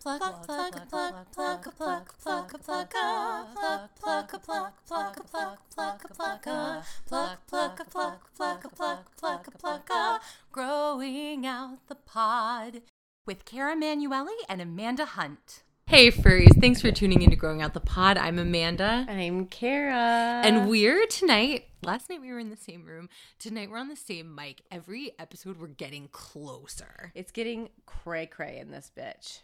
pluck, pluck, pluck, pluck, pluck, pluck, pluck, pluck, pluck, pluck, pluck, pluck, pluck, pluck, pluck, pluck, pluck, pluck, pluck, pluck, pluck, ah. pluck, growing out the pod with Kara Manuelli and Amanda Hunt. Hey, furries. Thanks for tuning in to Growing Out the Pod. I'm Amanda. I'm Kara. And we're tonight, last night we were in the same room. Tonight we're on the same mic. Every episode we're getting closer. it's getting cray cray in this bitch.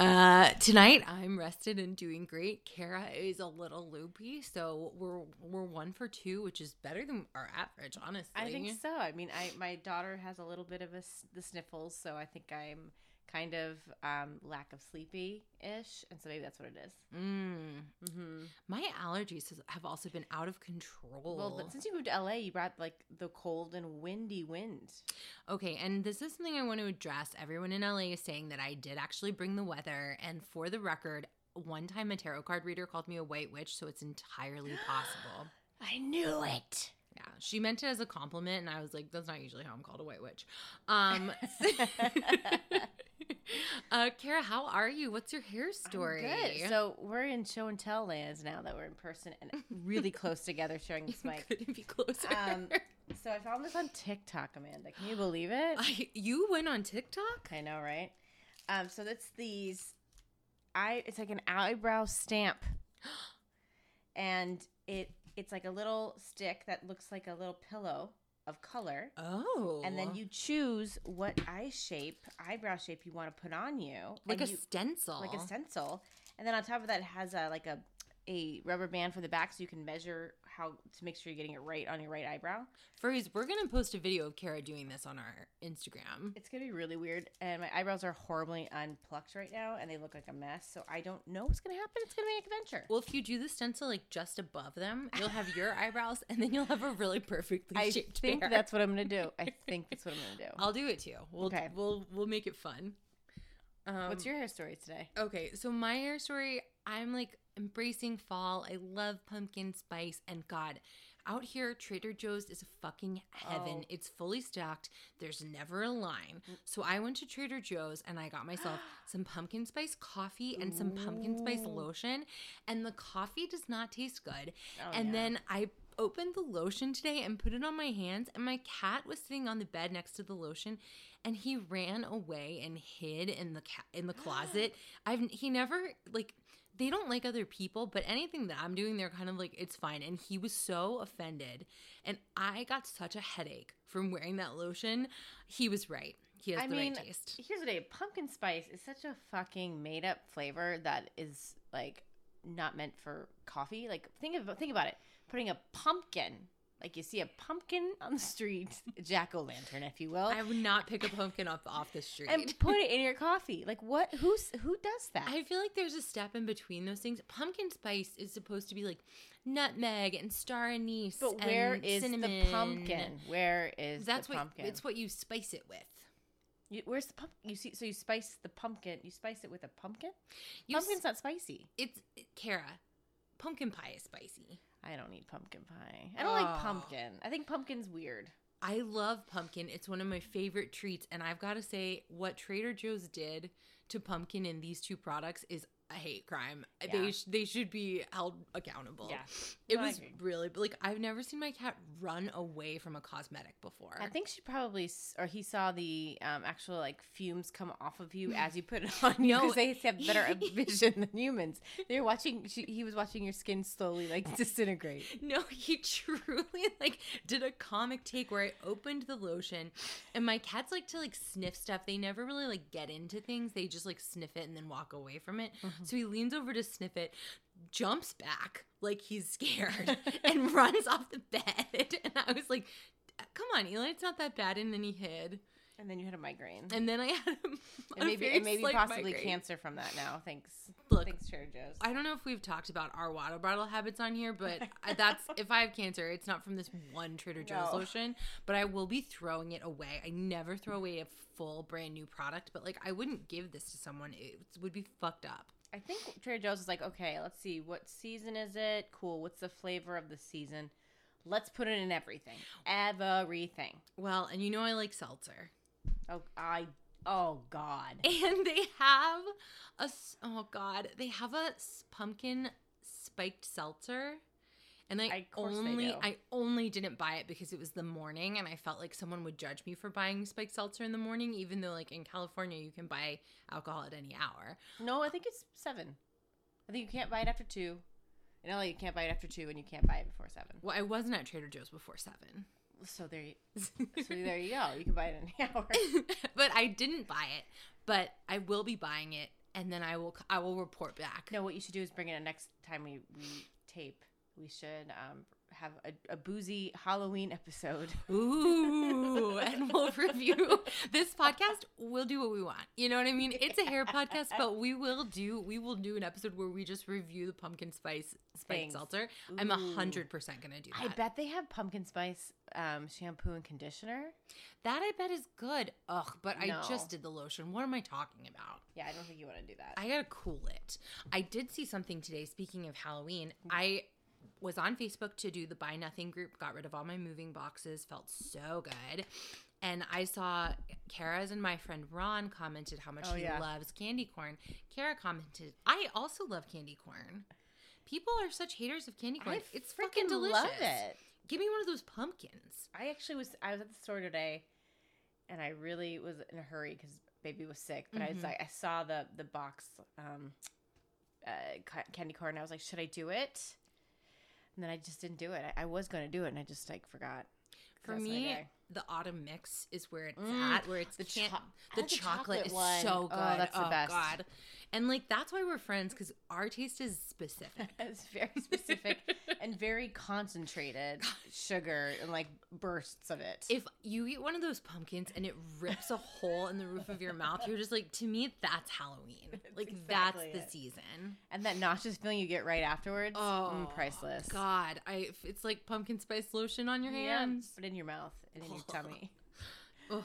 Uh, tonight I'm rested and doing great. Kara is a little loopy, so we're we're one for two, which is better than our average, honestly. I think so. I mean, I my daughter has a little bit of a s the sniffles, so I think I'm kind of um, lack of sleepy ish, and so maybe that's what it is. Mm. Mm-hmm. My allergies has- have also been out of control. Well, but since you moved to LA, you brought like the cold and windy wind. Okay, and this is something I want to address. Everyone in LA is saying that I did actually bring the weather, and for the record, one time a tarot card reader called me a white witch, so it's entirely possible. I knew it. Yeah, she meant it as a compliment, and I was like, "That's not usually how I'm called a white witch." Um, uh, Kara, how are you? What's your hair story? Good. So we're in show and tell lands now that we're in person and really close together, sharing this mic. couldn't be closer. Um, so I found this on TikTok, Amanda. Can you believe it? I, you went on TikTok. I know, right? Um, so that's these. I it's like an eyebrow stamp, and it it's like a little stick that looks like a little pillow of color, Oh, and then you choose what eye shape, eyebrow shape you want to put on you, like and a you- stencil, like a stencil, and then on top of that it has a like a a rubber band for the back so you can measure how to make sure you're getting it right on your right eyebrow. Furries, we're gonna post a video of Kara doing this on our Instagram. It's gonna be really weird, and my eyebrows are horribly unplucked right now, and they look like a mess. So I don't know what's gonna happen. It's gonna be an adventure. Well, if you do the stencil like just above them, you'll have your eyebrows, and then you'll have a really perfectly I shaped think hair. that's what I'm gonna do. I think that's what I'm gonna do. I'll do it too. We'll Okay. we'll we'll make it fun. Um, what's your hair story today? okay? So my hair story. I'm like embracing fall. I love pumpkin spice, and God, out here Trader Joe's is fucking heaven. Oh. Mm. It's fully stocked. There's never a line. So I went to Trader Joe's and I got myself some pumpkin spice coffee and some pumpkin spice Ooh. lotion, and the coffee does not taste good Oh, and no. then I opened the lotion today and put it on my hands and my cat was sitting on the bed next to the lotion and he ran away and hid in the ca- in the closet. I've he never like they don't like other people, but anything that I'm doing they're kind of like it's fine and he was so offended and I got such a headache from wearing that lotion. He was right. He has I the mean, right taste. here's what I pumpkin spice is such a fucking made up flavor that is like not meant for coffee. Like think of think about it. Putting a pumpkin, like you see a pumpkin on the street, jack o' lantern, if you will. I would not pick a pumpkin up off the street. and put it in your coffee. Like what? Who's who does that? I feel like there's a step in between those things. Pumpkin spice is supposed to be like nutmeg and star anise. but where and is cinnamon. the pumpkin? Where is That's the what pumpkin? it's what you spice it with. You- where's the pumpkin? You see, so you spice the pumpkin. You spice it with a pumpkin. You Pumpkin's s- not spicy. it's Kara. Pumpkin pie is spicy. I don't eat pumpkin pie. I don't like Oh. pumpkin. I think pumpkin's weird. I love pumpkin. It's one of my favorite treats, and I've got to say, what Trader Joe's did to pumpkin in these two products is a hate crime. They Yeah. sh- they should be held accountable. Yeah. it No, I was agree. really like I've never seen my cat run away from a cosmetic before. I think she probably s- or he saw the um, actual like fumes come off of you as you put it on you No. because they have better vision than humans. They were watching. She, he was watching your skin slowly like disintegrate. No, he truly like did a comic take where I opened the lotion and my cats like to like sniff stuff. They never really like get into things. They just like sniff it and then walk away from it. Mm-hmm. So he leans over to sniff it, jumps back like he's scared and runs off the bed. And I was like, come on, Eli, it's not that bad. And then he hid. And then you had a migraine. And then I had him. and maybe, and maybe possibly cancer from that now. Thanks. Look, Thanks, Trader Joe's. I don't know if we've talked about our water bottle habits on here, but I- that's if I have cancer, it's not from this one Trader Joe's No. lotion, but I will be throwing it away. I never throw away a full brand new product, but like I wouldn't give this to someone. It would be fucked up. I think Trader Joe's is like, okay, let's see, what season is it? Cool. What's the flavor of the season? Let's put it in everything. Everything. Well, and you know I like seltzer. Oh, I Oh God. and they have a s- oh god they have a s- pumpkin spiked seltzer and i, I- of course they only do. i only didn't buy it because it was the morning and i felt like someone would judge me for buying spiked seltzer in the morning even though like in california you can buy alcohol at any hour No, I think it's seven. I think you can't buy it after two. In LA, you can't buy it after two, and you can't buy it before seven. well i wasn't at trader joe's before seven So there, you, so there you go. You can buy it in an hour. but i didn't buy it but i will be buying it and then i will c- i will report back No, what you should do is bring it next time we, we tape. We should um, have a, a boozy Halloween episode. Ooh, and we'll review this podcast. We'll do what we want. You know what I mean? It's a hair podcast, but we will do we will do an episode where we just review the pumpkin spice spike Things. seltzer. I'm a Ooh. hundred percent gonna do that. I bet they have pumpkin spice um, shampoo and conditioner. that I bet is good. Ugh, but No. I just did the lotion. What am I talking about? Yeah, I don't think you want to do that. I gotta cool it. I did see something today. Speaking of Halloween, I was on Facebook to do the Buy Nothing group, got rid of all my moving boxes, felt so good. And I saw Kara's and my friend Ron commented how much Oh, he yeah. loves candy corn. Kara commented, I also love candy corn. People are such haters of candy corn. it's fucking delicious. love it. Give me one of those pumpkins. I actually was I was at the store today, and I really was in a hurry because baby was sick. But I Mhm. was like, I saw the the box um, uh, ca- candy corn. And I was like, should I do it? And then I just didn't do it. I, I was going to do it, and I just like forgot. 'Cause For that's my me, day. the autumn mix is where it's Mm, at, where it's the the can- cho- the, I like the chocolate, chocolate is one. so good. Oh, that's the best. God. And like that's why we're friends because our taste is specific. it's very specific and very concentrated sugar and like bursts of it. if you eat one of those pumpkins and it rips a hole in the roof of your mouth, you're just like, to me, that's Halloween. like exactly that's the it. season. and that nauseous feeling you get right afterwards, Oh, mm, priceless. God, I it's like pumpkin spice lotion on your Yeah, hands. but in your mouth and in your tummy. Ugh.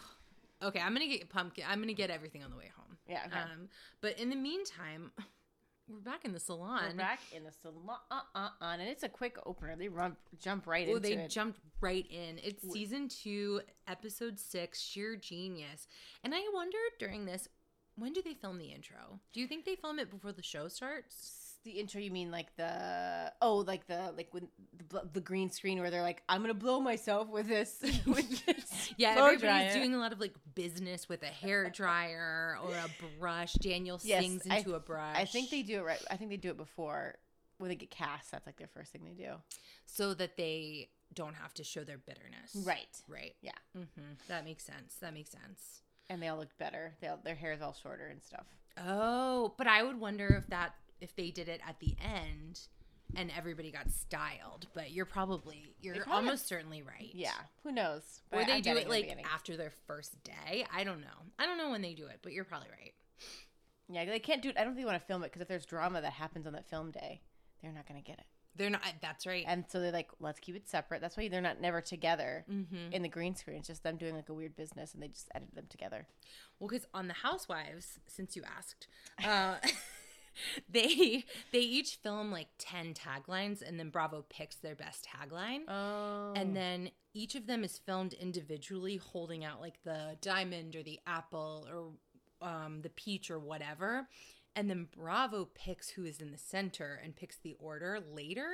Okay, I'm gonna get pumpkin. I'm gonna get everything on the way home. Yeah, okay. Um, but in the meantime, we're back in the salon. We're back in the salon, uh, and it's a quick opener. They run, jump right Oh, into they it. jumped right in. It's season two, episode six, sheer genius. And I wondered during this, when do they film the intro? Do you think they film it before the show starts? the intro, you mean like the oh, like the like when the, bl- the green screen where they're like, "I'm gonna blow myself with this." with this Yeah, blow everybody's dryer." doing a lot of like business with a hair dryer or a brush. Daniel Yes, sings I- into a brush. I think they do it right. I think they do it before when they get cast. That's like their first thing they do. so that they don't have to show their bitterness. Right. Right. Yeah. hmm That makes sense. That makes sense. And they all look better. They all, their hair's all shorter and stuff. Oh, but I would wonder if that if they did it at the end and everybody got styled. But you're probably you're probably have- almost certainly right. Yeah. Who knows? Or But they I'm do betting it in the like beginning. after their first day. I don't know. I don't know when they do it, but you're probably right. yeah, they can't do it. I don't think they want to film it because if there's drama that happens on that film day, they're not gonna get it. They're not. That's right. And so they're like, let's keep it separate. That's why they're not never together Mhm. in the green screen. It's just them doing like a weird business and they just edit them together. Well, because on the Housewives, since you asked, uh, they they each film like ten taglines, and then Bravo picks their best tagline. Oh. and then each of them is filmed individually holding out like the diamond or the apple or um, the peach or whatever and then bravo picks who is in the center and picks the order later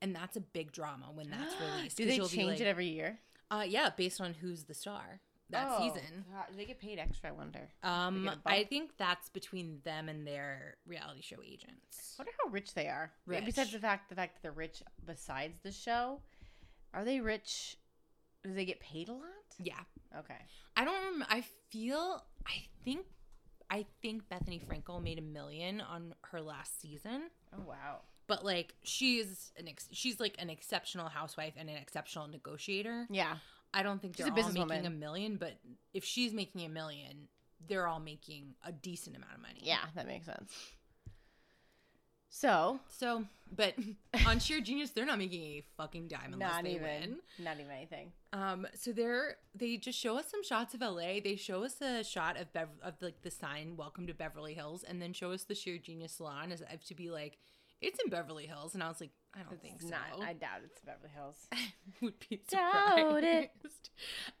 and that's a big drama when that's released do 'cause they you'll be change like, it every year? uh, yeah based on who's the star that Oh, season God, they get paid extra, I wonder. um, get a i bump? think that's between them and their reality show agents I wonder how rich they are. Rich. Besides the fact the fact that they're rich besides the show, are they rich? Do they get paid a lot? yeah Okay. I don't remember. I feel. I think. I think Bethany Frankel made a million on her last season, Oh wow. but like she is an ex- she's like an exceptional housewife and an exceptional negotiator. Yeah. I don't think She's they're a all making businesswoman. a million, but if she's making a million, they're all making a decent amount of money. Yeah, that makes sense. So So, but on Sheer Genius, they're not making a fucking dime unless not they even win. not even anything. Um, so they're they just show us some shots of LA. They show us a shot of Bev- of like the sign "Welcome to Beverly Hills," and then show us the Sheer Genius Salon as if to be like, it's in Beverly Hills. And I was like, I don't It's think not. so. I doubt it's Beverly Hills. would be Doubt surprised. it.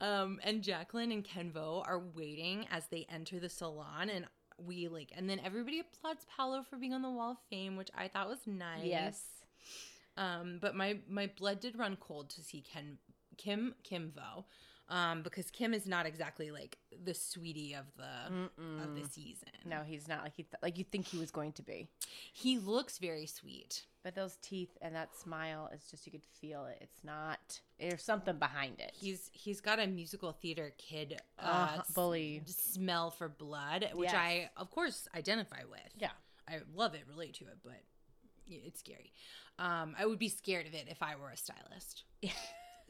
Um, and Jacqueline and Kenvo are waiting as they enter the salon, and we like, and then everybody applauds Paolo for being on the Wall of Fame, which I thought was nice. Yes. Um, but my my blood did run cold to see Ken Kim Kimvo, um, because Kim is not exactly like the sweetie of the of the Mm-mm. season. Mm. No, he's not like he th- like you think he was going to be. he looks very sweet. But those teeth and that smile, it's just you could feel it. It's not. There's something behind it. He's he's got a musical theater kid uh, uh, s- bully. smell for blood, which Yes. I, of course, identify with. Yeah. I love it, relate to it, but it's scary. Um, I would be scared of it if I were a stylist.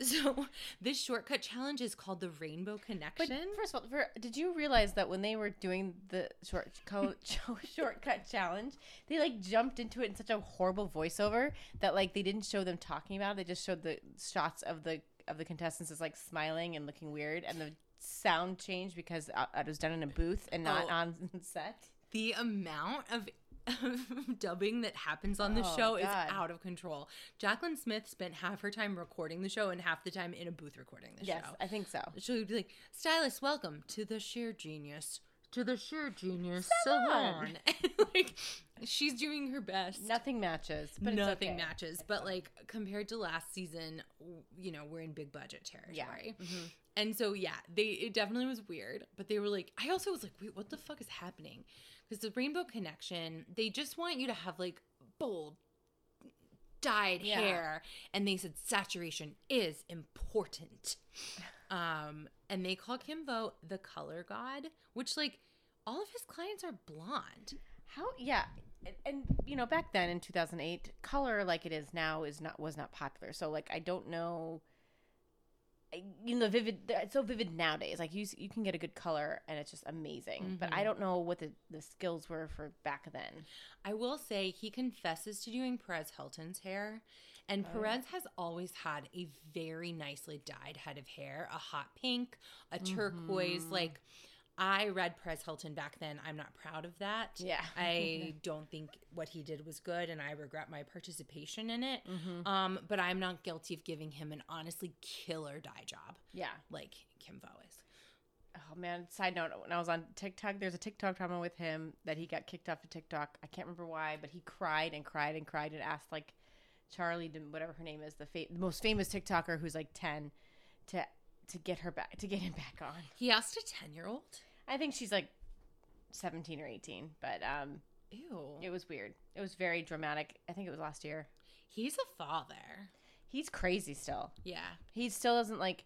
so, this shortcut challenge is called the Rainbow But Connection. first of all, for, did you realize that when they were doing the short co- cho- shortcut challenge, they like jumped into it in such a horrible voiceover that like they didn't show them talking about it. They just showed the shots of the of the contestants as like smiling and looking weird, and the sound changed because uh, it was done in a booth and not Oh. on set. the amount of dubbing that happens on the Oh, show is God. out of control. Jacqueline Smith spent half her time recording the show and half the time in a booth recording the Yes, show. I think so. She would be like, "Stylist, welcome to the sheer genius, to the sheer genius Salon." salon." And, like, she's doing her best. Nothing matches, but it's Nothing okay. matches, but like compared to last season, w- you know, we're in big budget territory. Mhm. And so, yeah, they it definitely was weird, but they were like, I also was like, wait, what the fuck is happening? Because the Rainbow Connection, they just want you to have like bold, dyed Yeah. hair, and they said saturation is important. um, and they call Kimbo the color god, which like all of his clients are blonde. How? Yeah, and, and you know, back then in 2008, color like it is now is not was not popular. So like, I don't know. I- You know, vivid. It's so vivid nowadays. Like you, s- you can get a good color, and it's just amazing. But I Mhm. don't know what the, the skills were for back then. I will say he confesses to doing Perez Hilton's hair, and Oh. Perez has always had a very nicely dyed head of hair, a hot pink, a turquoise. Mhm. Like I read Perez Hilton back then. I'm not proud of that. Yeah, I don't think what he did was good, and I regret my participation in it. Mhm. Um, but I'm not guilty of giving him an honestly killer dye job Yeah. like Kimbo is. Oh man. Side note: When I was on TikTok, there's a TikTok drama with him that he got kicked off of TikTok. I can't remember why, but he cried and cried and cried and asked like Charlie, D'Am- whatever her name is, the, fa- the most famous TikToker who's like ten, to to get her back to get him back on. He asked a ten year old. I think she's like seventeen or eighteen, but um, Ew. it was weird. It was very dramatic. I think it was last year. He's a father. He's crazy still. Yeah. He still doesn't like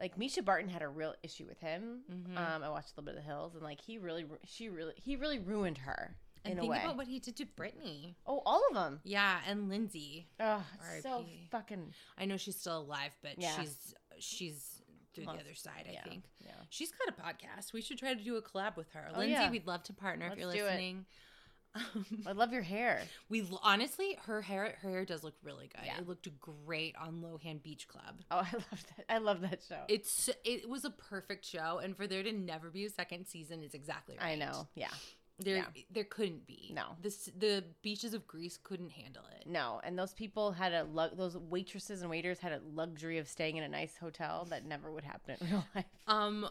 like Misha Barton had a real issue with him. Mhm. Um, I watched a little bit of The Hills, and like he really, ru- she really, he really ruined her And in a think way. about what he did to Brittany. oh, all of them. Yeah, and Lindsay. Oh, so R.I.P.. fucking I know she's still alive, but Yeah. she's she's through Lost- the other side. yeah. I think yeah. she's got a podcast. We should try to do a collab with her, Oh, Lindsay. yeah. We'd love to partner if Let's you're do it. listening. Um, I love your hair. we l- honestly, her hair her hair does look really good. Yeah. It looked great on Lohan Beach Club. Oh, I love that. I love that show. It's it was a perfect show, and for there to never be a second season is exactly right. I know. Yeah. there Yeah. there couldn't be No. this the beaches of Greece couldn't handle it. No, and those people had a lu- those waitresses and waiters had a luxury of staying in a nice hotel that never would happen in real life. Um,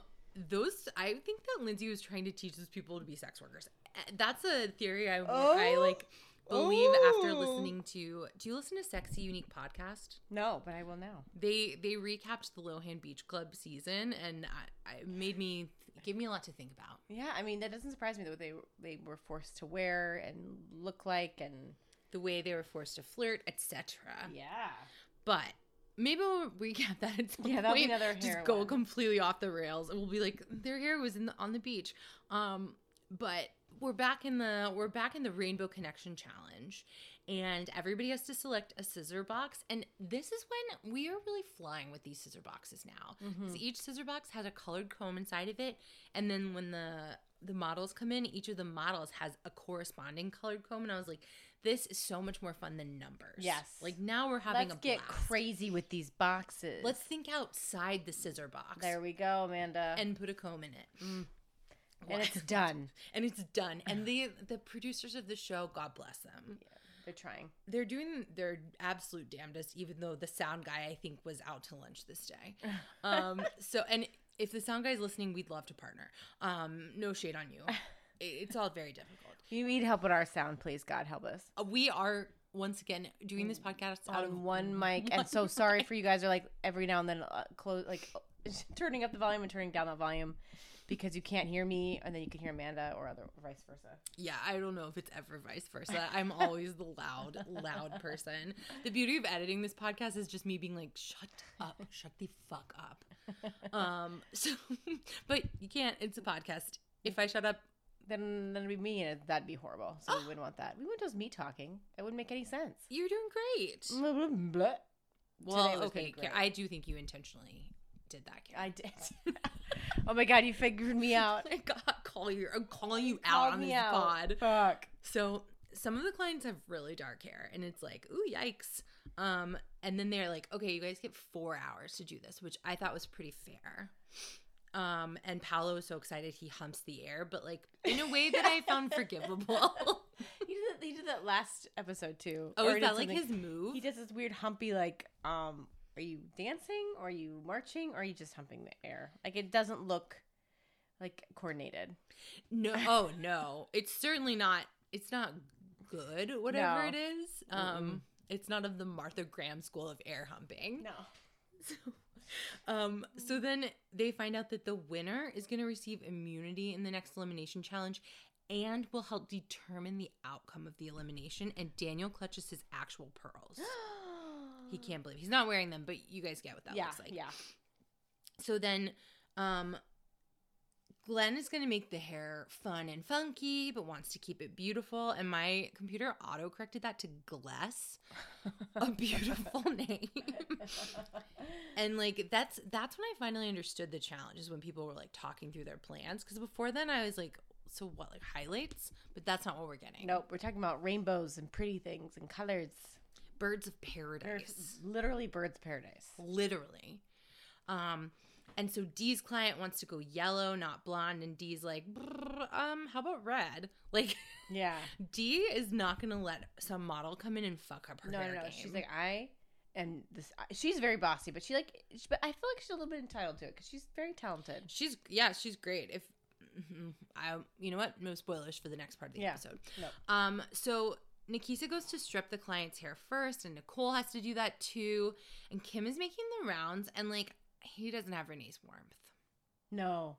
those I think that Lindsay was trying to teach those people to be sex workers. Eh, That's a theory I I Oh. like believe after Oh. listening to. Do you listen to Sexy Unique podcast? No, but I will now. They they recapped the Lohan Beach Club season, and I, I it made me gave me a lot to think about. Yeah, I mean that doesn't surprise me that they they were forced to wear and look like and The way they were forced to flirt, etc. yeah. But maybe we'll recap that at some Yeah, that'll be point. another just hair go one. completely off the rails, and we'll be like, their hair was in the, on the beach. Um, but we're back in the we're back in the Rainbow Connection Challenge, and everybody has to select a scissor box. And this is when we are really flying with these scissor boxes now. Mm-hmm. Hmm. 'Cause Each scissor box has a colored comb inside of it, and then when the the models come in, each of the models has a corresponding colored comb. And I was like, this is so much more fun than numbers. Yes. like now we're having Let's a get blast. crazy with these boxes. Let's think outside the scissor box There we go, Amanda. And, and put a comb in it. Mm. it's done. and it's done. And the the producers of the show, God bless them. They're trying. They're doing their absolute damnedest, even though the sound guy I think was out to lunch this day. Um, so and if the sound guy's listening, we'd love to partner. Um, no shade on you. It- It's all very difficult. If you need help with our sound, please God help us. Uh, We are once again doing this podcast out of Mm. On one mic, and so sorry for you guys are like every now and then uh, close like turning up the volume and turning down the volume because you can't hear me, and then you can hear Amanda or other vice versa. Yeah, I don't know if it's ever vice versa. I'm always the loud, loud person. The beauty of editing this podcast is just me being like, shut up, shut the fuck up. Um, so, but you can't. It's a podcast. If I shut up, Then that'd be me, and that'd be horrible. So we wouldn't want that. We wouldn't just me talking. It wouldn't make any sense. you're doing great. Blah, blah, blah. Well, Mm, was okay, pretty great. Kara, I do think you intentionally did that, Kara. I did. oh my god, you figured me out. I got call you. I'm calling you out on Called me this out. pod. Fuck. So some of the clients have really dark hair, and it's like, ooh, yikes. Um, and then they're like, okay, you guys get four hours to do this, which I thought was pretty fair. Um, and Paolo was so excited he humps the air, but like in a way that I found forgivable. He did, that, he did that last episode too. oh, Or is he that did like something- his move? He does this weird humpy like um. Are you dancing? Or are you marching? Or are you just humping the air? Like it doesn't look like coordinated. no, oh no, it's certainly not. It's not good. Whatever No. it is, um, it's not of the Martha Graham school of air humping. No. Um, so then they find out that the winner is going to receive immunity in the next elimination challenge and will help determine the outcome of the elimination. And Daniel clutches his actual pearls. He can't believe he's not wearing them, but you guys get what that yeah. looks like. Yeah. So then, um, Glenn is going to make the hair fun and funky, but wants to keep it beautiful. And my computer auto corrected that to Gless, a beautiful name. and like that's that's when I finally understood the challenge is when people were like talking through their plans because before then I was like so what like highlights but that's not what we're getting nope. We're talking about rainbows and pretty things and colors. birds of They're paradise literally birds of paradise. literally um and so Dee's client wants to go yellow not blonde and Dee's like "Brr, um how about red like Yeah. Dee is not gonna let some model come in and fuck up her no, hair no, no. game. She's like I, and this. I- She's very bossy, but she like. She, but I feel like she's a little bit entitled to it because she's very talented. She's yeah, she's great. If I, you know what, no spoilers for the next part of the Yeah. episode. No. Um, so Nikisa goes to strip the client's hair first, and Nicole has to do that too. And Kim is making the rounds, and like he doesn't have Renee's warmth. No,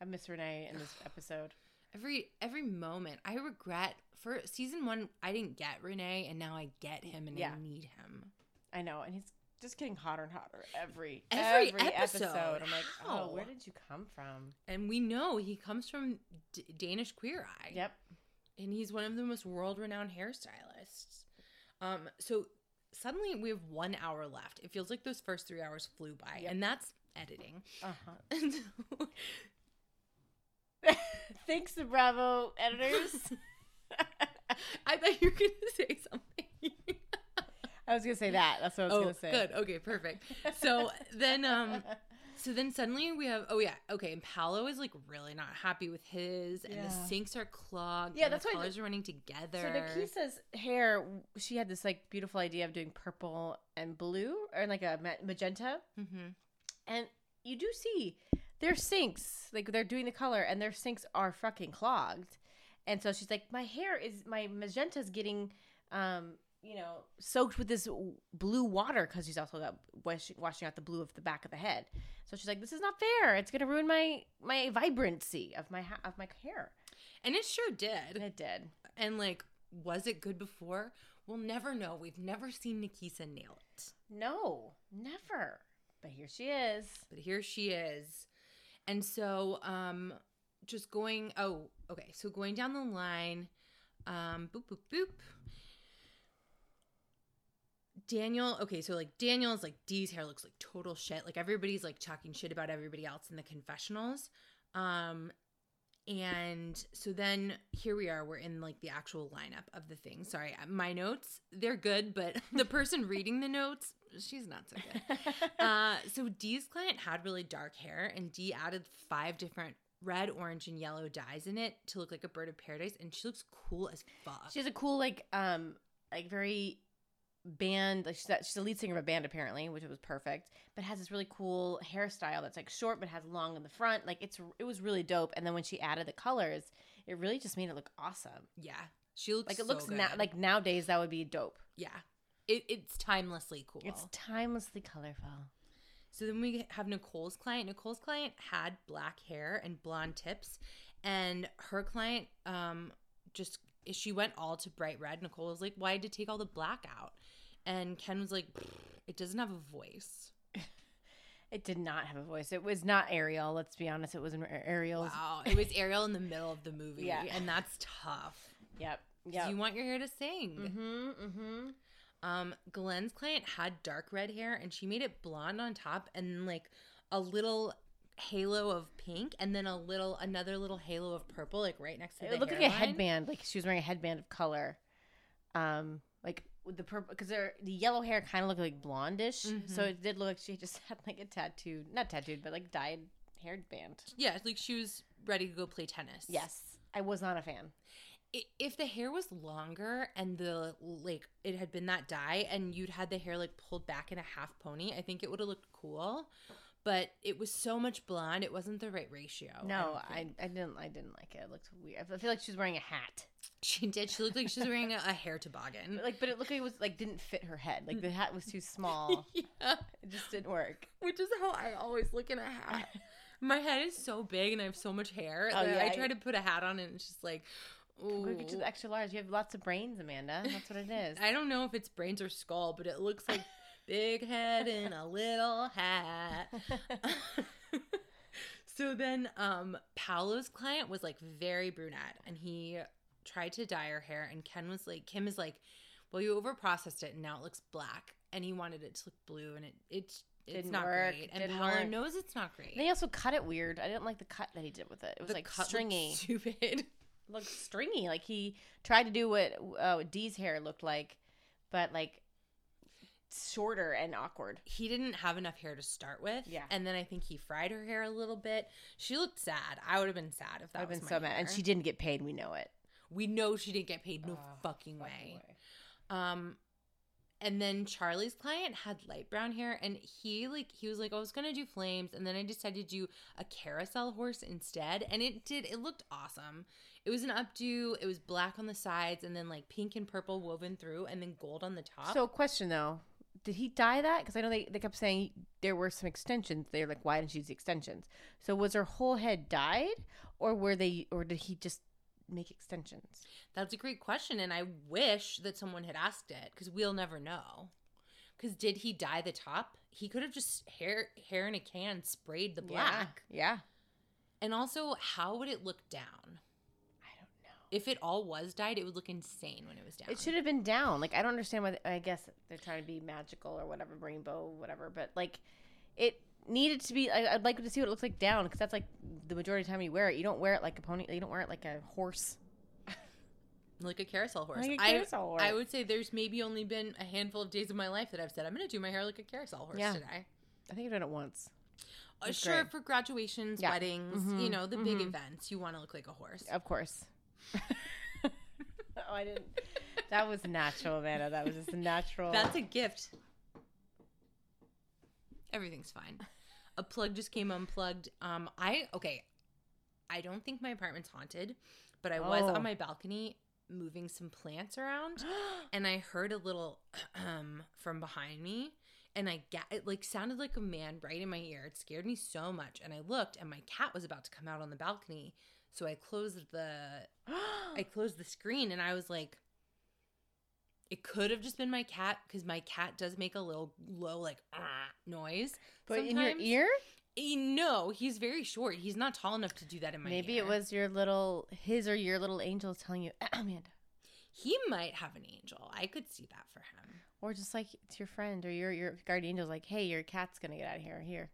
I miss Renee in this episode. Every every moment, I regret. For season one, I didn't get Renee, and now I get him, and Yeah. I need him. I know, and he's just getting hotter and hotter every Every episode. I'm like, How? oh, where did you come from? And we know he comes from D- Danish Queer Eye. Yep. and he's one of the most world-renowned hairstylists. Um, so suddenly we have one hour left. It feels like those first three hours flew by, Yep. and that's editing. Uh huh. And so- Thanks, to Bravo editors. I thought you were gonna say something. I was gonna say that. That's what I was oh, gonna say. good. Okay, perfect. So then, um, so then suddenly we have. Oh yeah, okay. And Paolo is like really not happy with his, and Yeah. the sinks are clogged. Yeah, and that's the why the- colors are running So together. Nikisa's hair, she had this like beautiful idea of doing purple and blue, or like a ma- magenta. hmm And you do see their sinks, like they're doing the color, and their sinks are fucking clogged. And so she's like, my hair is, my magenta's getting, um, you know, soaked with this w- blue water because she's also got wash- washing out the blue of the back of the head. So she's like, this is not fair. It's gonna ruin my my vibrancy of my ha- of my hair. And it sure did. And it did. And like, was it good before? We'll never know. We've never seen Nikisa nail it. No, never. But here she is. But here she is. And so, um, just going oh, okay, so going down the line, um, boop boop boop. Daniel, okay, so like Daniel's like Dee's hair looks like total shit. Like everybody's like talking shit about everybody else in the confessionals. Um and so then here we are. We're in like the actual lineup of the thing. Sorry, my notes, they're good, but the person reading the notes, she's not so good. Uh, so Dee's client had really dark hair, and Dee added five different red, orange, and yellow dyes in it to look like a bird of paradise, and she looks cool as fuck. she has a cool like um like very band like she's, that- she's the lead singer of a band apparently which was perfect but has this really cool hairstyle that's like short but has long in the front like it's it was really dope and then when she added the colors it really just made it look awesome Yeah. She looks like it so looks na- good. like nowadays that would be dope yeah. It, it's timelessly cool. it's timelessly colorful So then we have Nicole's client. Nicole's client had black hair and blonde tips, and her client um just she went all to bright red. Nicole was like, "Why did you take all the black out?" And Ken was like, "It doesn't have a voice." it did not have a voice it was not ariel let's be honest it wasn't A- ariel's Wow, it was Ariel in the middle of the movie, Yeah. and that's tough. yep 'Cause yep You want your hair to sing. mm-hmm mm-hmm Um, Glenn's client had dark red hair and she made it blonde on top and like a little halo of pink and then a little another little halo of purple like right next to the it looked like a hairline. headband like she was wearing a headband of color um like with the purple because the yellow hair kind of looked like blondish so Mhm. it did look like she just had like a tattooed not tattooed but like dyed haired band Yeah, like she was ready to go play tennis. yes i was not a fan I- If the hair was longer and the like it had been that dye and you'd had the hair like pulled back in a half pony, I think it would have looked cool. But it was so much blonde, it wasn't the right ratio. Oh, I no don't I, think. I didn't i didn't like it it looked weird i feel like she was wearing a hat she did. She looked like she was wearing a, a hair toboggan. But, like but it looked like it was like didn't fit her head like the hat was too small yeah. it just didn't work which is how I always look in a hat. My head is so big and I have so much hair. Oh, that yeah, I try I- to put a hat on and it's just like, go ooh. get you the extra large you have lots of brains amanda that's what it is I don't know if it's brains or skull, but it looks like big head in a little hat. so then um Paolo's client was like very brunette and he tried to dye her hair and Ken was like Kim is like, Well, you over processed it and now it looks black and he wanted it to look blue and it it's it's Didn't not work, great. And didn't Paolo work. knows it's not great. And they also cut it weird. I didn't like the cut that he did with it. It was The like cut looked stringy. Stupid. looked stringy. Like he tried to do what uh, what Dee's hair looked like, but like shorter and awkward. He didn't have enough hair to start with. Yeah. And then I think he fried her hair a little bit. She looked sad. I would have been sad if that I've was been my so mad, and hair. she didn't get paid. We know it. We know she didn't get paid no Oh, fucking, way. Um and then Charlie's client had light brown hair and he like he was like I was going to do flames and then I decided to do a carousel horse instead and it did it looked awesome. It was an updo, it was black on the sides and then like pink and purple woven through and then gold on the top. So, question though, did he dye that? Because I know they, they kept saying there were some extensions. They're like, why didn't she use the extensions? So, was her whole head dyed, or were they, or did he just make extensions? That's a great question, and I wish that someone had asked it because we'll never know. Because did he dye the top? He could have just hair hair in a can sprayed the black, Yeah. yeah. and also how would it look down? I don't know. If it all was dyed, it would look insane when it was down. It should have been down. Like I don't understand why. I guess they're trying to be magical or whatever, rainbow, whatever. But like, it needed to be. I, I'd like to see what it looks like down because that's like the majority of the time you wear it. You don't wear it like a pony. You don't wear it like a horse. like a carousel horse. Like a I- carousel horse. I would say there's maybe only been a handful of days of my life that I've said I'm going to do my hair like a carousel horse Yeah. today. I think I've done it once. Uh, That's sure, great. for graduations, Yeah. weddings, you Mhm. know, the big Mhm. events, you want to look like a horse. Of course. oh, I didn't. That was natural, Amanda. That was just natural. That's a gift. Everything's fine. A plug just came unplugged. Um, I okay. I don't think my apartment's haunted, but I was Oh. on my balcony moving some plants around, and I heard a little um, from behind me, and I got it like sounded like a man right in my ear. It scared me so much, and I looked, and my cat was about to come out on the balcony, so I closed the I closed the screen and I was like, it could have just been my cat because my cat does make a little low like "Ah," noise. but in sometimes. your ear? Eh, No, he's very short. He's not tall enough to do that in my. Maybe ear. it was your little, his or your little angel telling you, Amanda. He might have an angel. I could see that for him. Or just like it's your friend or your your guardian angel's like, hey, your cat's gonna get out of here. Here,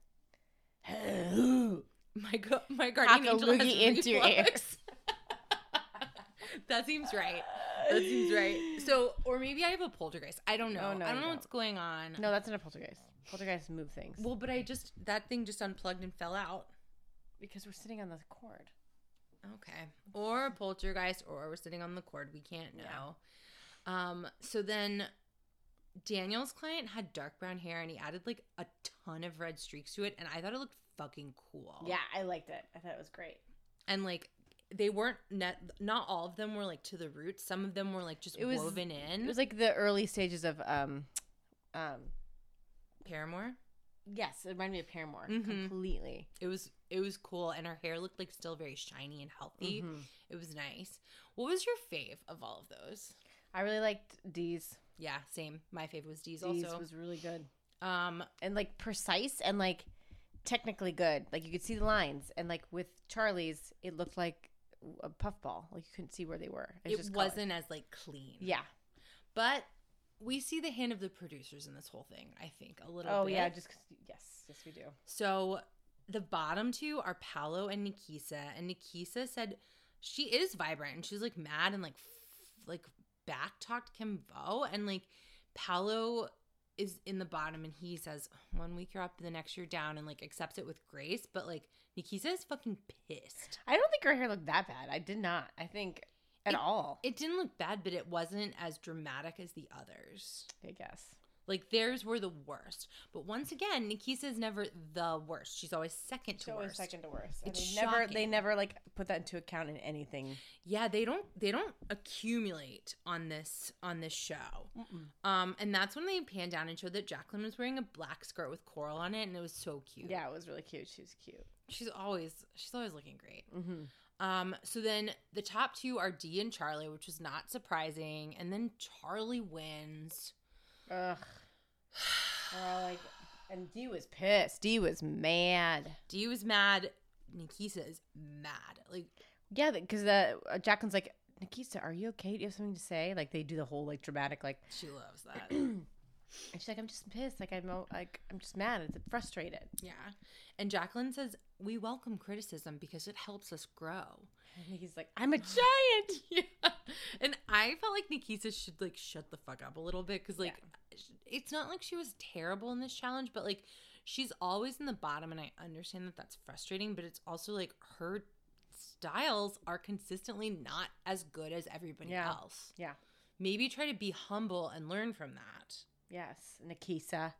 My go- my cock guardian a angel has loogie into your ear. reflux. that seems right. That seems right. So, or maybe I have a poltergeist. I don't know. Oh, no, I don't you know don't. what's going on. No, that's not a poltergeist. Poltergeists move things Well, but I just that thing just unplugged and fell out. because we're sitting on the cord. Okay. Or a poltergeist, or we're sitting on the cord. We can't know. Um, so then Daniel's client had dark brown hair and he added like a ton of red streaks to it. And I thought it looked fucking cool. Yeah, I liked it. I thought it was great. And like, they weren't net, not all of them were like to the roots. Some of them were like just It was- woven in. It was like the early stages of um, um. Paramore. Yes, it reminded me of Paramore Mhm. completely. It was it was cool, and her hair looked like still very shiny and healthy. Mhm. It was nice. What was your fave of all of those? I really liked Dee's. Yeah, same. My fave was Dee's Dee's also. was really good um, and like precise and like technically good. Like you could see the lines and like with Charlie's, it looked like a puffball. Like you couldn't see where they were. it just colored. wasn't as like clean. Yeah. but we see the hand of the producers in this whole thing. I think a little. Oh bit. yeah. Just 'cause- yes, yes we do. So the bottom two are Paolo and Nikisa, and Nikisa said she is vibrant and she's like mad and like f- like back talked Kimbo and like Paolo is in the bottom and he says one week you're up the next you're down and like accepts it with grace but like Nikisa is fucking pissed. I don't think her hair looked that bad. I did not. I think at It- all. It didn't look bad but it wasn't as dramatic as the others. I guess. Like theirs were the worst. But once again, Nikisa is never the worst. She's always second to It's always worst. second to worst. And It's they never they shocking. never like put that into account in anything. yeah they don't they don't accumulate on this on this show um and that's when they pan down and show that jacqueline was wearing a black skirt with coral on it and it was so cute Yeah, it was really cute. She was cute. she's always she's always looking great Mm-hmm. um so then the top two are dee and charlie which is not surprising and then charlie wins Ugh. We're all like, and Dee was pissed. Dee was mad. dee was mad nikisa is mad like Yeah, because the uh, Jacqueline's like, Nikisa, are you okay? Do you have something to say? Like they do the whole like dramatic like, she loves that and she's like, I'm just pissed. Like I'm o- like I'm just mad. It's frustrated. yeah and jacqueline says we welcome criticism because it helps us grow And he's like, I'm a giant. yeah. And I felt like Nikisa should like shut the fuck up a little bit because like it's not like she was terrible in this challenge, but like she's always in the bottom, and I understand that that's frustrating, but it's also like her styles are consistently not as good as everybody Yeah. else. Yeah. Maybe try to be humble and learn from that. Yes, Nikisa.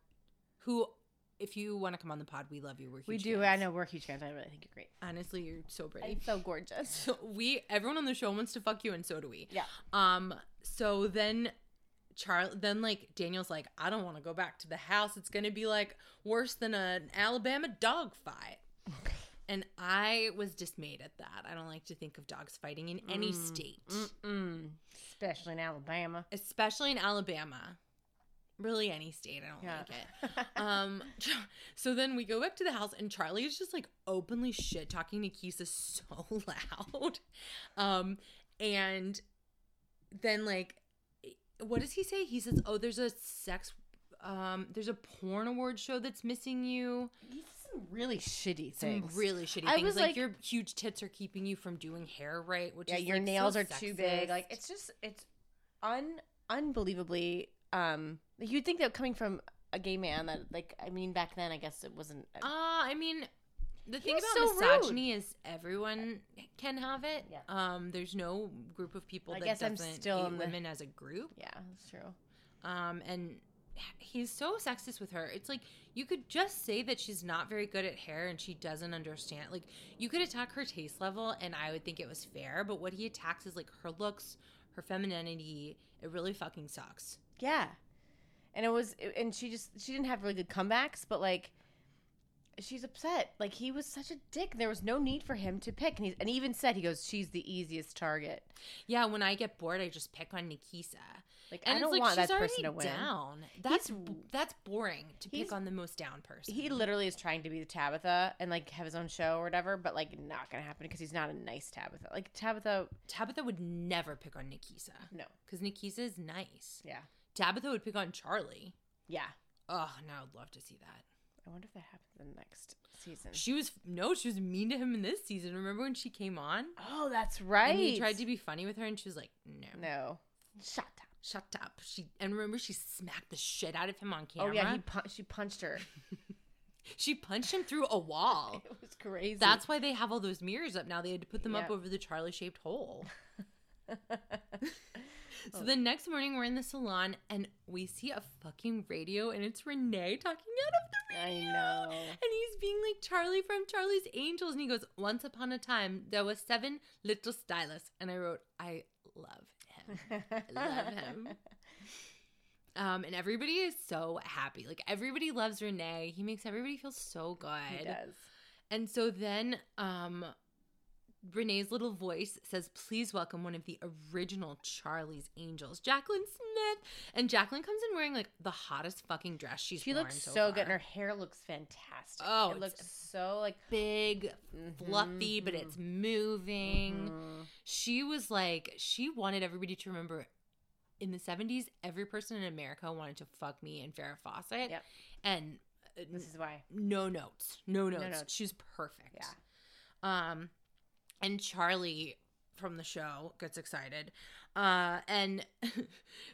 Who, if you want to come on the pod, we love you. We're huge We do. I fans. know we're huge fans. I really think you're great. Honestly, you're so pretty. And so gorgeous. So we everyone on the show wants to fuck you and so do we. Yeah. Um so then Charlie then like Daniel's like I don't want to go back to the house. It's going to be like worse than an Alabama dog fight. and I was dismayed at that. I don't like to think of dogs fighting in any Mm. state, Mm-mm. Especially in Alabama. especially in Alabama. Really any state. I don't Yeah. like it. um so then we go back to the house and charlie is just like openly shit talking nikisa so loud um and then like what does he say he says oh there's a sex um there's a porn award show that's missing you These are some really shitty some things. really shitty I things was like, like- your huge tits are keeping you from doing hair right which yeah, is your like, so nails are too big. sexist. Like it's just it's un unbelievably um you'd think that coming from a gay man that like I mean back then I guess it wasn't Uh, I mean, the thing was about so rude. misogyny is everyone can have it. Yeah. Um, there's no group of people I that guess I'm doesn't still hate in the- women as a group. yeah, that's true. Um, and he's so sexist with her. It's like you could just say that she's not very good at hair and she doesn't understand. Like you could attack her taste level, and I would think it was fair. But what he attacks is like her looks, her femininity. It really fucking sucks. Yeah. And it was and she just she didn't have really good comebacks, but like she's upset. Like he was such a dick. There was no need for him to pick. And he and he even said he goes, She's the easiest target. Yeah, when I get bored, I just pick on Nikisa. Like And I don't it's like want she's that person already to win. down. That's He's- b- that's boring to he's- pick on the most down person. He literally is trying to be the Tabitha and like have his own show or whatever, but like not gonna happen because he's not a nice Tabitha. Like Tabitha, Tabitha would never pick on Nikisa no, because Nikisa is nice. yeah, Tabitha would pick on Charlie. yeah. Oh, now I'd love to see that. I wonder if that happens in the next season. She was no, she was mean to him in this season. Remember when she came on oh, that's right. and he tried to be funny with her, and she was like, "No, no, shut up. shut up." She and remember she smacked the shit out of him on Oh camera. yeah, he pun- she punched her. she punched him through a wall. It was crazy. That's why they have all those mirrors up now. They had to put them up Yeah. over the Charlie shaped hole. oh So the next morning, we're in the salon and we see a fucking radio, and it's Renee talking out of the I radio. know. And he's being like Charlie from Charlie's Angels. And he goes, Once upon a time, there was seven little stylists. And I wrote, I love him. love him. Um, and everybody is so happy. Like everybody loves Renee. He makes everybody feel so He good. does. And so then um Renee's little voice says, please welcome one of the original Charlie's Angels, Jacqueline Smith. And Jacqueline comes in wearing like the hottest fucking dress she's She worn looks so, so, good, and far. her hair looks fantastic. Oh, it it's looks so like Big, fluffy, but Mhm. it's moving. Mhm. She was like, she wanted everybody to remember in the 70s, every person in America wanted to fuck me and Farrah Fawcett. Yep. And uh, This is why. no notes. No notes. notes. She was perfect. Yeah. Um, and Charlie from the show gets excited. Uh, and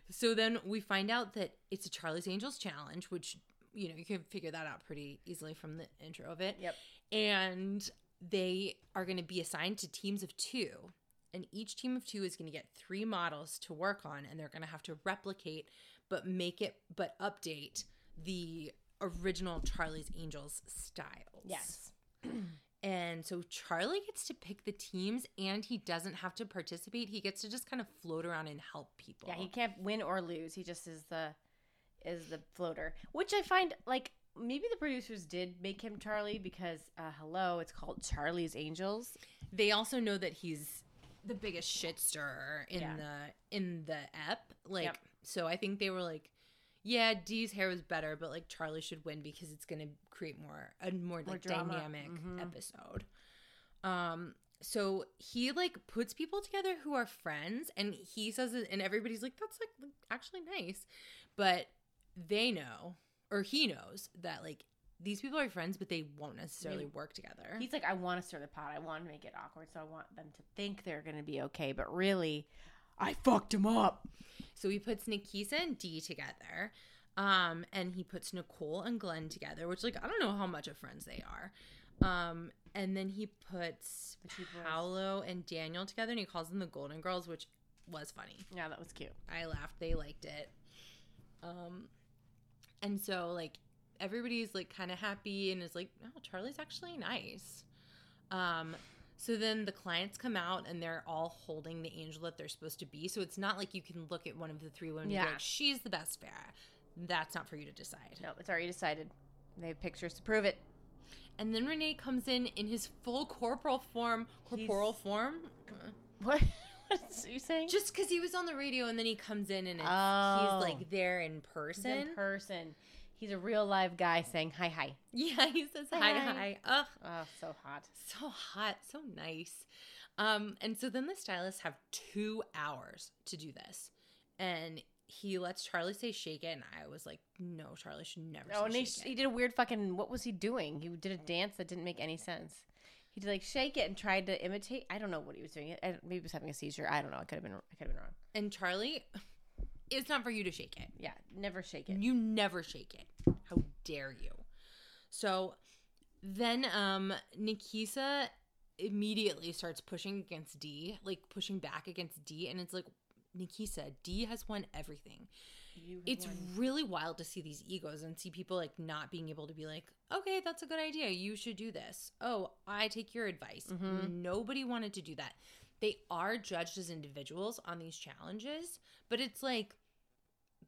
so then we find out that it's a Charlie's Angels challenge, which, you know, you can figure that out pretty easily from the intro of it. Yep. And they are going to be assigned to teams of two. And each team of two is going to get three models to work on, and they're going to have to replicate, but make it, but update the original Charlie's Angels styles. Yes. And so Charlie gets to pick the teams and he doesn't have to participate. He gets to just kind of float around and help people. Yeah, he can't win or lose. He just is the is the floater, which I find like maybe the producers did make him Charlie because uh, hello, it's called Charlie's Angels. They also know that he's the biggest shit stirrer in Yeah. the in the ep. Like Yep. so I think they were like, Yeah, Dee's hair was better, but like Charlie should win because it's gonna create more a more More like drama. dynamic Mhm. episode. Um so he like puts people together who are friends and he says it and everybody's like, That's like actually nice. But they know or he knows that like these people are friends, but they won't necessarily work together. He's like, I want to stir the pot. I want to make it awkward, so I want them to think they're going to be okay, but really, I fucked him up. So he puts Nikisa and Dee together. Um, and he puts Nicole and Glenn together, which like I don't know how much of friends they are. Um, and then he puts The two boys. Paolo and Daniel together and he calls them the Golden Girls, which was funny. Yeah, that was cute. I laughed, they liked it. Um and so like everybody's like kind of happy and is like, "Oh, Charlie's actually nice." Um so then the clients come out and they're all holding the angel that they're supposed to be. So it's not like you can look at one of the three women and Yeah. be like, "She's the best Farah." That's not for you to decide. No, it's already decided. They have pictures to prove it. And then Renee comes in in his full corporal form, corporal form, Uh, What? what is you saying? just because he was on the radio, and then he comes in and it's, Oh. he's like there in He's person. in person. He's a real live guy saying hi, hi. Yeah, he says Hi, hi, hi. hi. Ugh, Oh, so hot. so hot, so nice. Um, and so then the stylists have two hours to do this, and he lets Charlie say "shake it," and I was like, "No, Charlie should never." Oh, say and he, shake he it. did a weird fucking. What was he doing? He did a dance that didn't make any sense. He did like shake it and tried to imitate. I don't know what he was doing. I, maybe he was having a seizure. I don't know. I could have been. I could have been wrong. And Charlie, it's not for you to shake it. Yeah, never shake it. You never shake it. How dare you? So then um Nikisa immediately starts pushing against D, like pushing back against D, and it's like Nikisa, D has won everything. It's really wild to see these egos and see people like not being able to be like, okay, that's a good idea. You should do this. Oh, I take your advice. Mhm. Nobody wanted to do that. They are judged as individuals on these challenges, but it's like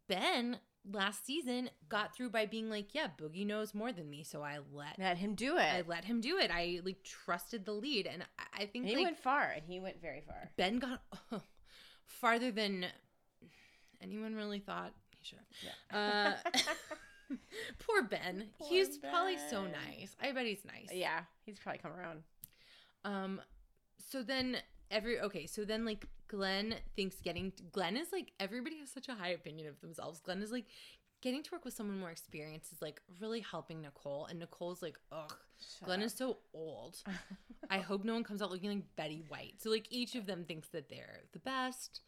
Ben last season got through by being like, yeah, Boogie knows more than me, so I let let him do it. I let him do it. I like trusted the lead, and I, I think and he like, went far, and he went very far. Ben got farther than anyone really thought he should have. Uh, poor Ben. Poor he's probably so Ben. nice. I bet he's nice. Yeah, he's probably come around. Um. So then every okay. So then like Glenn thinks getting Glenn is like everybody has such a high opinion of themselves. Glenn is like getting to work with someone more experienced is like really helping Nicole, and Nicole's like ugh. Shut Glenn up. is so old. I hope no one comes out looking like Betty White. So like each of them thinks that they're the best.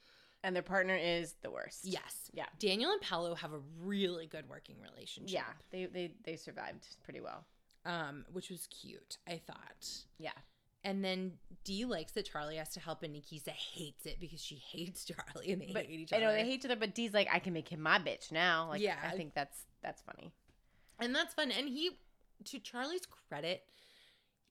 and their partner is the worst. Yes. Yeah. Daniel and Paolo have a really good working relationship. yeah. They they they survived pretty well. Um, which was cute, I thought. Yeah, And then Dee likes that Charlie has to help, and Nikisa hates it because she hates Charlie and they But hate each I other. know they hate each other, but Dee's like, I can make him my bitch now. Like, Yeah. I think that's that's funny. and that's fun. And he, to Charlie's credit,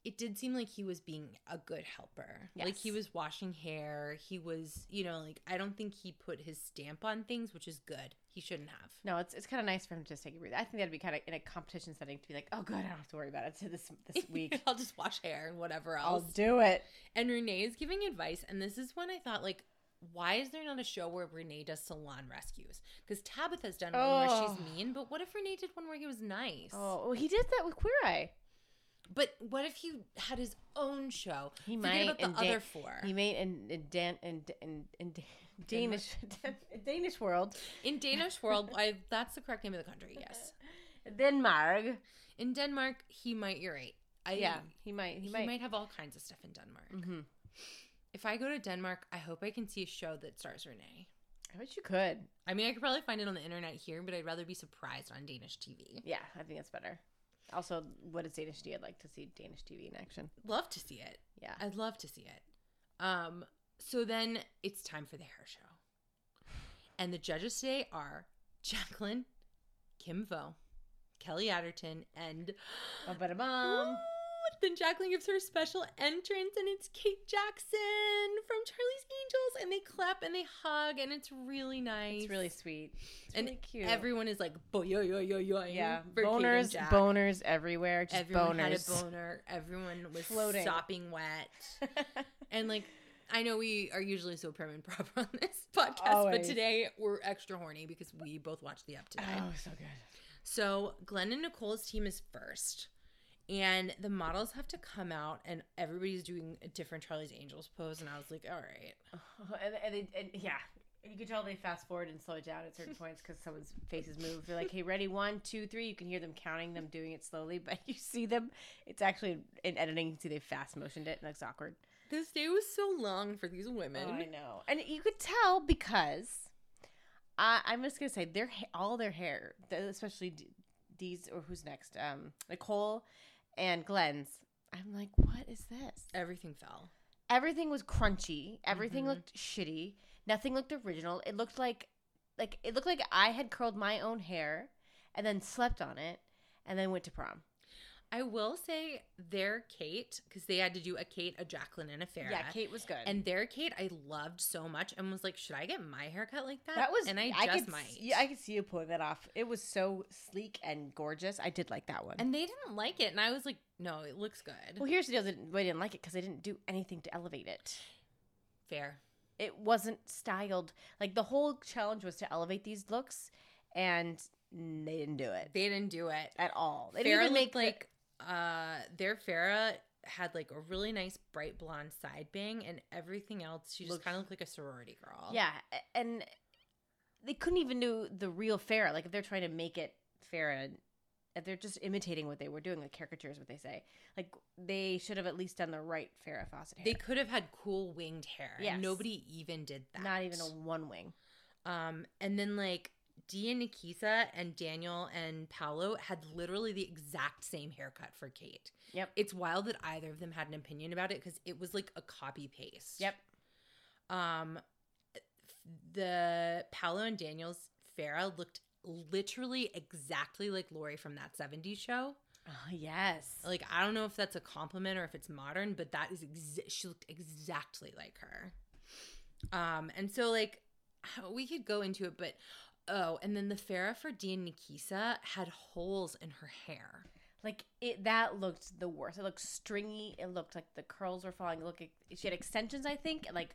it did seem like he was being a good helper. Like he Yes. was washing hair. He was, you know, like I don't think he put his stamp on things, which is good. He shouldn't have. No, it's it's kind of nice for him to just take a breather. I think that'd be kind of in a competition setting to be like, oh, good, I don't have to worry about it so this this week. I'll just wash hair and whatever I'll else. do it. And Renee is giving advice, and this is when I thought, like, why is there not a show where Renee does salon rescues? Because Tabitha's done one where Oh. she's mean, but what if Renee did one where he was nice? Oh, well, he did that with Queer Eye. But what if he had his own show? He Forget might about the and other Dan- four. He made in in Dan in in, in Dan- Danish in Danish world In Danish world, I, that's the correct name of the country. Yes. Denmark. In Denmark, he might urate. I, Uh, Yeah, he might. He, He, might. might. have all kinds of stuff in Denmark. hmm If I go to Denmark, I hope I can see a show that stars Renee. I bet you could. I mean, I could probably find it on the internet here, but I'd rather be surprised on Danish TV. Yeah, I think that's better. Also, what is Danish do? I'd like to see Danish TV in action. Love to see it. Yeah. I'd love to see it. Um, so then it's time for the hair show. And the judges today are Jacqueline, Kim Vo, Kelly Adderton, and Oh, but a mom. Ooh, then Jacqueline gives her a special entrance, and it's Kate Jackson from Charlie's Angels, and they clap and they hug, and it's really nice. It's really sweet. It's and really cute. Everyone is like, boy, yo, yo, yo, yo, yeah, boners, boners everywhere. Just Everyone had a boners. boner. Everyone was Floating. sopping wet. and like, I know we are usually so prim and proper on this podcast, but Always. today we're extra horny because we both watched the up today. oh, so good. So Glenn and Nicole's team is first, and the models have to come out, and everybody's doing a different Charlie's Angels pose, and I was like, all right, And, and, they, and yeah, and you can tell they fast forward and slow it down at certain points because someone's faces move. They're like, "Hey, ready? One, two, three. You can hear them counting them, doing it slowly, but you see them. It's actually in editing. You can see they fast motioned it, and it's awkward. this day was so long for these Oh, I women. know, and you could tell because I I'm just gonna say their ha- all their hair, th- especially D- Dee's or who's next, um, Nicole and Glenn's. I'm like, what is this? Everything fell. Everything was crunchy. Everything Mhm. looked shitty. Nothing looked original. It looked like, like it looked like I had curled my own hair and then slept on it and then went to prom. I will say their Kate, because they had to do a Kate, a Jacqueline, and a Farrah. Yeah, Kate was good. And their Kate, I loved so much, and was like, should I get my haircut like that? that was and I, I just could, might. Yeah, I could see you pulling that off. It was so sleek and gorgeous. I did like that one. and they didn't like it, and I was like, no, it looks good. Well, here's the deal. They didn't- they didn't like it because they didn't do anything to elevate it. Fair. It wasn't styled. Like the whole challenge was to elevate these looks, and they didn't do it They didn't do it. at all. They Farrah didn't even looked make like like uh their Farah had like a really nice bright blonde side bang and everything else she just Looked- kind of looked like a sorority girl. yeah, a- and they couldn't even do the real Farrah. Like if they're trying to make it Farrah, if they're just imitating what they were doing, like caricatures, what they say. Like they should have at least done the right Farrah Fawcett hair. They could have had cool winged hair. and Yes. Nobody even did that. not even a one wing. Um and then like Dee and Nikisa and Daniel and Paolo had literally the exact same haircut for Kate. Yep. It's wild that either of them had an opinion about it because it was like a copy paste. Yep. Um, the Paolo and Daniels Farah looked literally exactly like Lori from that 70s show. Oh yes. Like, I don't know if that's a compliment or if it's modern, but that is exa- she looked exactly like her. Um, and so like we could go into it, but oh, and then the Farah for Dean Nikisa had holes in her hair. Like it, that looked the worst. It looked stringy. It looked like the curls were falling. It looked like she had extensions, I think. and, Like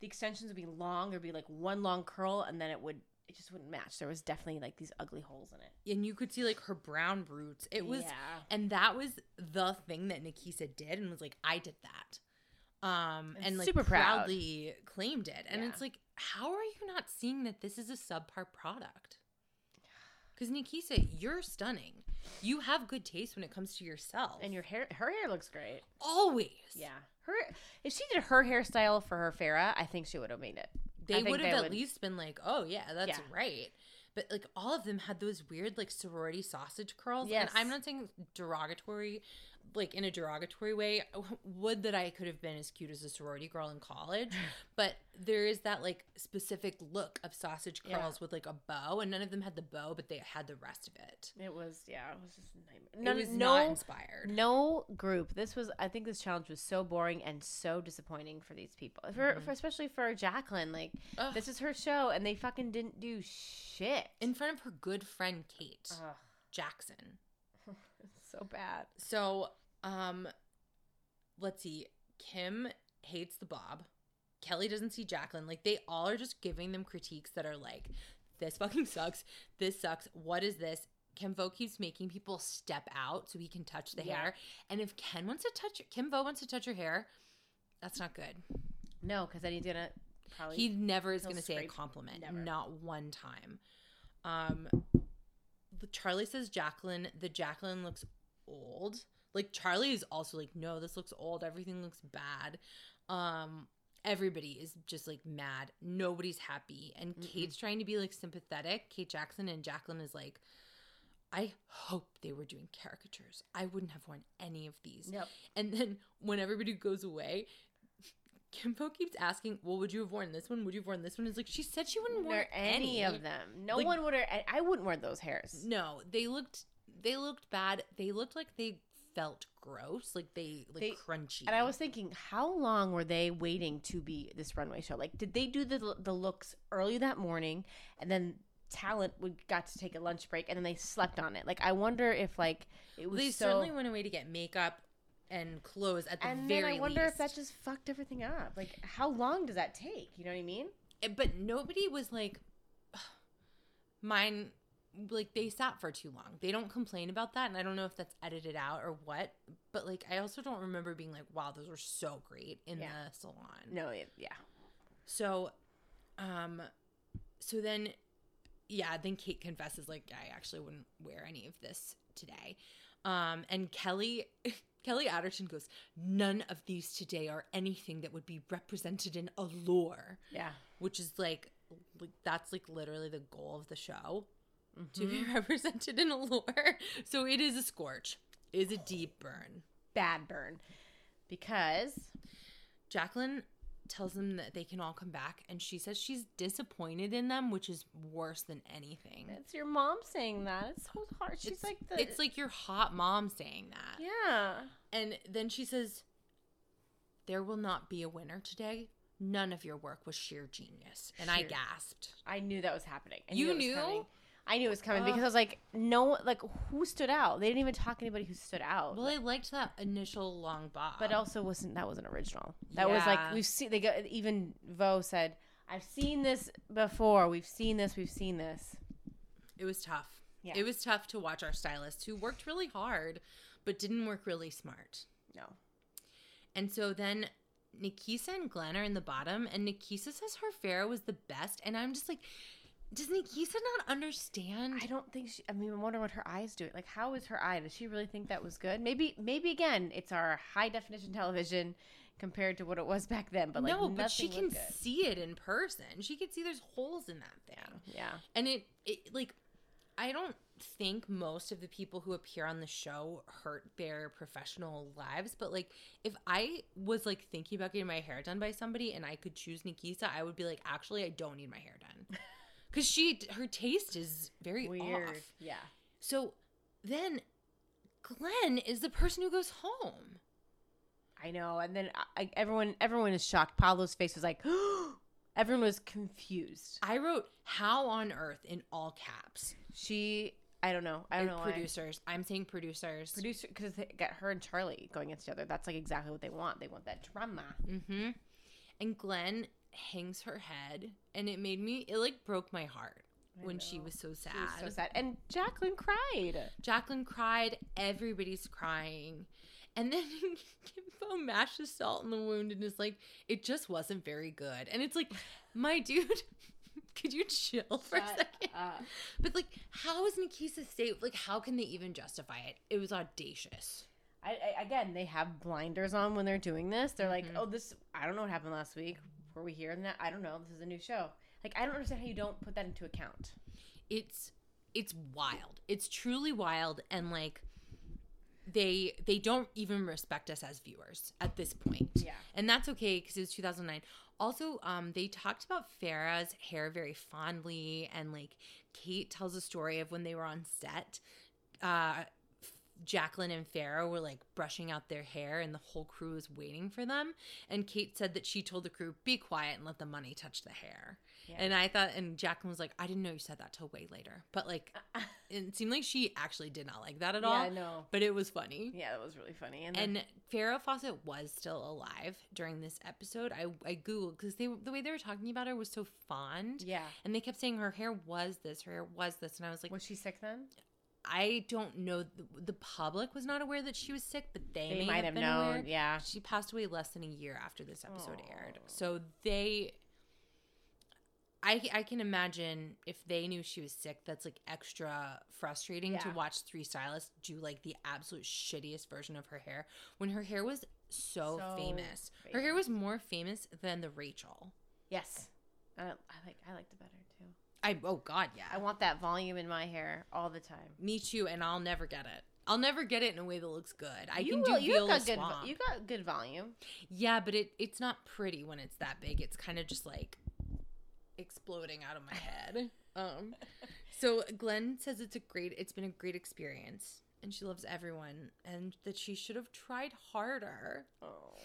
the extensions would be long. There'd be like one long curl, and then it would. It just wouldn't match. There was definitely like these ugly holes in it. And you could see like her brown roots. It was yeah. and that was the thing that Nikisa did and was like I did that um I'm and like super proud. proudly claimed it and Yeah. it's like how are you not seeing that this is a subpar product because Nikisa you're stunning you have good taste when it comes to yourself And your hair, her hair looks great. always Yeah, her. If she did her hairstyle for her Farah, I think she would have made it. they think would have they at would- least been like oh yeah that's Yeah. right but like all of them had those weird like sorority sausage curls Yes. and I'm not saying derogatory like in a derogatory way. Would that I could have been as cute as a sorority girl in college, but there is that like specific look of sausage Yeah. curls with like a bow, and none of them had the bow, but they had the rest of it. It was yeah, it was just a nightmare. No, No, it was no, not inspired. no group. This was I think this challenge was so boring and so disappointing for these people. For, Mhm. for especially for Jacqueline, like Ugh. this is her show and they fucking didn't do shit. in front of her good friend Kate Ugh, Jackson. it's so bad. So, um, let's see. Kim hates the Bob. Kelly doesn't see Jacqueline. Like they all are just giving them critiques that are like, "This fucking sucks. This sucks. What is this?" Kim Vo keeps making people step out so he can touch the Yeah. hair. And if Ken wants to touch Kim Vo wants to touch her hair, that's not good. No, because then he's gonna probably He never is he'll going to say a scrape. compliment, Never. not one time. Um, Charlie says Jacqueline. The Jacqueline looks old. Like Charlie is also like, no, this looks old. Everything looks bad. Um, everybody is just like mad. Nobody's happy. And Mm-mm. Kate's trying to be like sympathetic. Kate Jackson and Jacqueline is like, I hope they were doing caricatures. I wouldn't have worn any of these. Yep. And then when everybody goes away, Kimpo keeps asking, "Well, would you have worn this one? Would you have worn this one?" It's like she said she wouldn't wear Wear any of them. No Like- one would. I I wouldn't wear those hairs. No, they looked they looked bad. They looked like they felt gross, like they like They- crunchy. And I was thinking, how long were they waiting to be this runway show? Like, did they do the the looks early that morning, and then talent would got to take a lunch break, and then they slept on it? Like, I wonder if like it was they so. certainly went away to get makeup and clothes at the and very then I wonder if that least. just fucked everything up. Like, how long does that take? You know what I mean? Eh, but nobody was like mine like they sat for too long they don't complain about that and i don't know if that's edited out or what but like i also don't remember being like wow those were so great in Yeah. the salon No, it, yeah. so um so then yeah then kate confesses like i actually wouldn't wear any of this today um and kelly kelly adderton goes none of these today are anything that would be represented in allure Yeah. which is like, like that's like literally the goal of the show to be Mm-hmm. represented in a lore. So it is a scorch, it is a deep burn. Bad burn. Because Jacqueline tells them that they can all come back, and she says she's disappointed in them, which is worse than anything. it's your mom saying that. It's so hard. She's it's, like the. it's like your hot mom saying that. yeah. And then she says, "There will not be a winner today." None of your work was sheer genius. And I Sheer. gasped. I knew that was happening. I You it was knew? coming. I knew it was coming because Ugh. I was like, no, like who stood out? They didn't even talk to anybody who stood out. Well, I liked that initial long bob. but also wasn't that wasn't original. That was Yeah. like we've seen. They got even Vo said, "I've seen this before. We've seen this. We've seen this." It was tough. Yeah. It was tough to watch our stylists who worked really hard but didn't work really smart. No. And so then Nikisa and Glenn are in the bottom, and Nikisa says her Pharaoh was the best. And I'm just like, does Nikisa not understand? I don't think she. I mean, I wonder what her eyes do. Like, how is her eye? Does she really think that was good? Maybe, maybe again, it's our high definition television compared to what it was back then. But like, no, but she nothing can was good. see it in person. She can see there's holes in that thing. Yeah. And it, it like, I don't think most of the people who appear on the show hurt their professional lives, but like, if I was like thinking about getting my hair done by somebody and I could choose Nikisa, I would be like, actually, I don't need my hair done. Cause she, her taste is very Weird. off. Yeah. So then Glenn is the person who goes home. I know. And then I, I- everyone everyone is shocked. Pablo's face was like, everyone was confused. I wrote how on earth in all caps. She, I don't know. I don't And know. Producer, producers. I'm saying producers. producer, because they got her and Charlie going against each other. That's like exactly what they want. They want that drama. Mm-hmm. And Glenn hangs her head, and it made me. It like broke my heart I when she know. was so sad. She was so sad. And Jacqueline cried. Jacqueline cried. Everybody's crying. And then Kimbo mashes salt in the wound and is like, "It just wasn't very good." And it's like, my dude, could you chill for a second? But like, how is Nikisa safe? Like, how can they even justify it? It was audacious. I, I, again, they have blinders on when they're doing this. They're Mhm. like, oh, this, I don't know what happened last week. Were we here? And that, I don't know. This is a new show. Like, I don't understand how you don't put that into account. it's it's wild. It's truly wild and like they they don't even respect us as viewers at this point. Yeah. And that's okay because it was 2009. Also, um, they talked about Farah's hair very fondly, and like Kate tells a story of when they were on set. Uh, Jacqueline and Farah were like brushing out their hair, and the whole crew was waiting for them. And Kate said that she told the crew, "Be quiet and let the money touch the hair." Yeah. And I thought, and Jacqueline was like, "I didn't know you said that till way later," but like, it seemed like she actually did not like that at yeah, all. I know. But it was funny. Yeah, that was really funny. And, then, And Farrah Fawcett was still alive during this episode. I, I googled because they the way they were talking about her was so fond, yeah, and they kept saying her hair was this, her hair was this, and I was like, was she sick then? I don't know. The, the public was not aware that she was sick, but they, They may might have been known. aware. Yeah, She passed away less than a year after this episode aired, Aw. so they. I, I can imagine if they knew she was sick, that's like extra frustrating to Yeah. watch three stylists do like the absolute shittiest version of her hair when her hair was so, So famous. Her hair was more famous than the Rachel. yes. I, I like I liked it better too. I oh god, yeah. I want that volume in my hair all the time. Me too, and I'll never get it. I'll never get it in a way that looks good. I You can will- do you've Viola got good. vo- Swamp. You got good volume. Yeah, but it it's not pretty when it's that big. It's kind of just like exploding out of my head. Um so Glenn says it's a great it's been a great experience and she loves everyone and that she should have tried harder. Oh,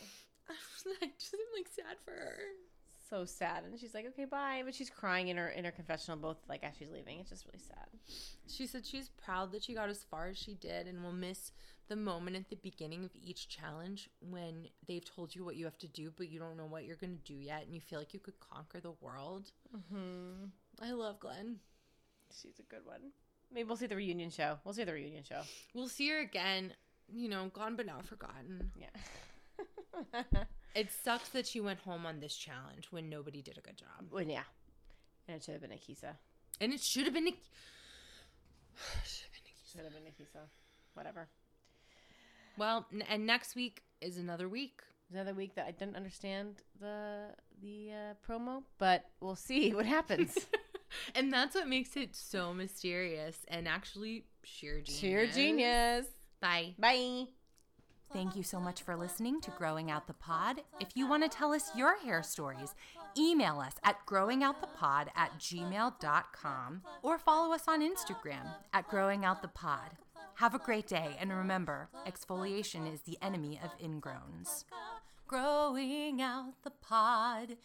I just am like sad for her. so sad. And she's like, okay, bye. But she's crying in her in her confessional, both like as she's leaving. It's just really sad. She said she's proud that she got as far as she did and will miss the moment at the beginning of each challenge when they've told you what you have to do but you don't know what you're going to do yet and you feel like you could conquer the world. Mm-hmm. I love Glenn. She's a good one. Maybe we'll see the reunion show. We'll see the reunion show. We'll see her again, you know, gone but not forgotten. Yeah. It sucks that she went home on this challenge when nobody did a good job. well, yeah. And it should have been Akisa. And it should have been. Nik- Should have been Akisa. Whatever. well, n- and next week is another week. Another week that I didn't understand the the uh, promo, but we'll see what happens. and that's what makes it so mysterious and actually sheer genius. Sheer genius. Bye. Bye. Thank you so much for listening to Growing Out the Pod. If you want to tell us your hair stories, email us at growingoutthepod at gmail.com or follow us on Instagram at growingoutthepod. Have a great day, and remember, exfoliation is the enemy of ingrowns. Growing out the pod.